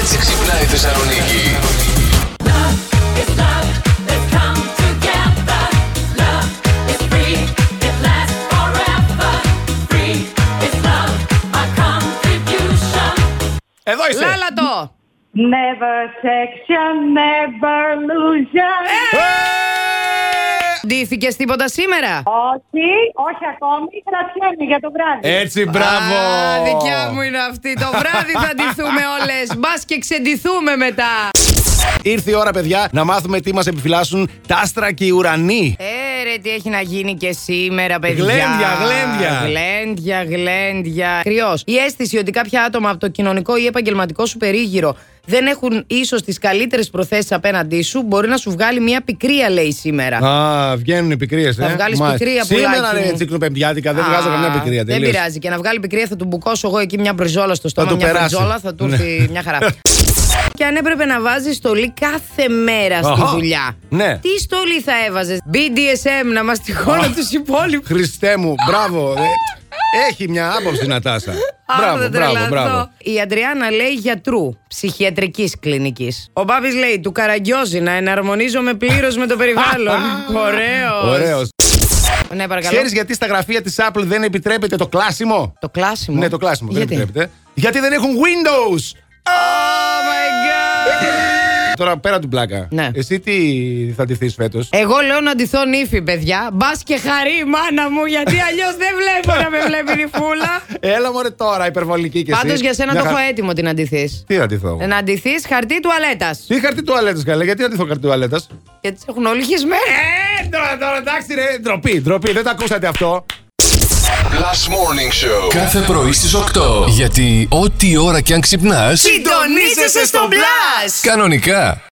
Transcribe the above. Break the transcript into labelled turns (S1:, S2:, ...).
S1: έτσι ξυπνάει η Θεσσαλονίκη.
S2: Εδώ είστε.
S3: Λάλατο!
S4: Never section, never illusion.
S2: Ε!
S3: Ντύθηκε τίποτα σήμερα.
S4: Όχι, όχι ακόμη. Κρατιέμαι για το βράδυ.
S2: Ε! Έτσι, μπράβο.
S3: Α, δικιά μου είναι αυτή. Το βράδυ θα ντυθούμε όλες. Μπας και ξεντυθούμε μετά.
S2: Ήρθε η ώρα, παιδιά, να μάθουμε τι μας επιφυλάσσουν τα άστρα και οι ουρανοί.
S3: Ε, ρε, τι έχει να γίνει και σήμερα, παιδιά.
S2: Γλέντια, γλέντια.
S3: Γλέντια, γλέντια. Κρυός. Η αίσθηση ότι κάποια άτομα από το κοινωνικό ή επαγγελματικό σου περίγυρο δεν έχουν ίσως τις καλύτερες προθέσεις απέναντί σου μπορεί να σου βγάλει μια πικρία, λέει σήμερα.
S2: Α, βγαίνουν οι πικρίε, ε.
S3: Θα βγάλεις
S2: Μάλιστα.
S3: πικρία,
S2: Σήμερα
S3: πουλάκι
S2: ρε
S3: μου.
S2: τσικνοπεμπτιάτικα, δεν
S3: Α,
S2: βγάζω καμιά πικρία.
S3: Δεν
S2: τελείως.
S3: πειράζει. Και να βγάλει πικρία θα του μπουκώσω εγώ εκεί μια μπριζόλα στο στόμα.
S2: του
S3: μια
S2: περάσει.
S3: μπριζόλα θα του
S2: Ναι.
S3: έρθει μια χαρά. Και αν έπρεπε να βάζεις στολή κάθε μέρα στη
S2: Αχα.
S3: δουλειά.
S2: Ναι.
S3: Τι στολή θα έβαζες. BDSM να μας τυχώνω
S2: Αχ.
S3: τους υπόλοιπους.
S2: Χριστέ μου, μπράβο. ε. Έχει μια άποψη να τάσα.
S3: Αχ,
S2: Μπράβο,
S3: δεν
S2: μπράβο,
S3: τρελαθώ.
S2: μπράβο.
S3: Η Αντριάννα λέει γιατρού ψυχιατρικής κλινικής. Ο Μπάμπης λέει του Καραγκιόζη να εναρμονίζομαι πλήρως με το περιβάλλον. Ωραίος.
S2: Ωραίος.
S3: Ναι, παρακαλώ.
S2: Ξέρεις γιατί στα γραφεία της Apple δεν επιτρέπεται το κλάσιμο.
S3: Το κλάσιμο.
S2: Ναι, το κλάσιμο δεν
S3: Γιατί?
S2: επιτρέπεται. Γιατί δεν έχουν Windows.
S3: Oh my god.
S2: Τώρα πέρα του πλάκα.
S3: Ναι.
S2: Εσύ τι θα ντυθείς φέτος.
S3: Εγώ λέω να ντυθώ νύφη, παιδιά. Μπας και χαρή η μάνα μου, γιατί αλλιώς δεν βλέπω να με βλέπει νυφούλα.
S2: Έλα μωρέ τώρα, υπερβολική και εσύ.
S3: Πάντως για σένα
S2: Μια
S3: το έχω
S2: χα-
S3: έτοιμο την αντιθεί.
S2: Τι θα ντυθώ. εγώ?
S3: Να αντιθεί χαρτί τουαλέτας.
S2: Τι χαρτί τουαλέτας, καλέ, γιατί να ντυθώ χαρτί τουαλέτας.
S3: Γιατί τις έχουν όλοι χυσμένοι.
S2: Ε, τώρα, τώρα, εντάξει, ρε, ντροπή, ντροπή, δεν το ακούσατε αυτό.
S1: Last Morning Show.
S5: Κάθε πρωί στις 8. Γιατί ό,τι ώρα κι αν ξυπνάς,
S3: Συντονίζεσαι στο μπλα!
S5: κανονικά.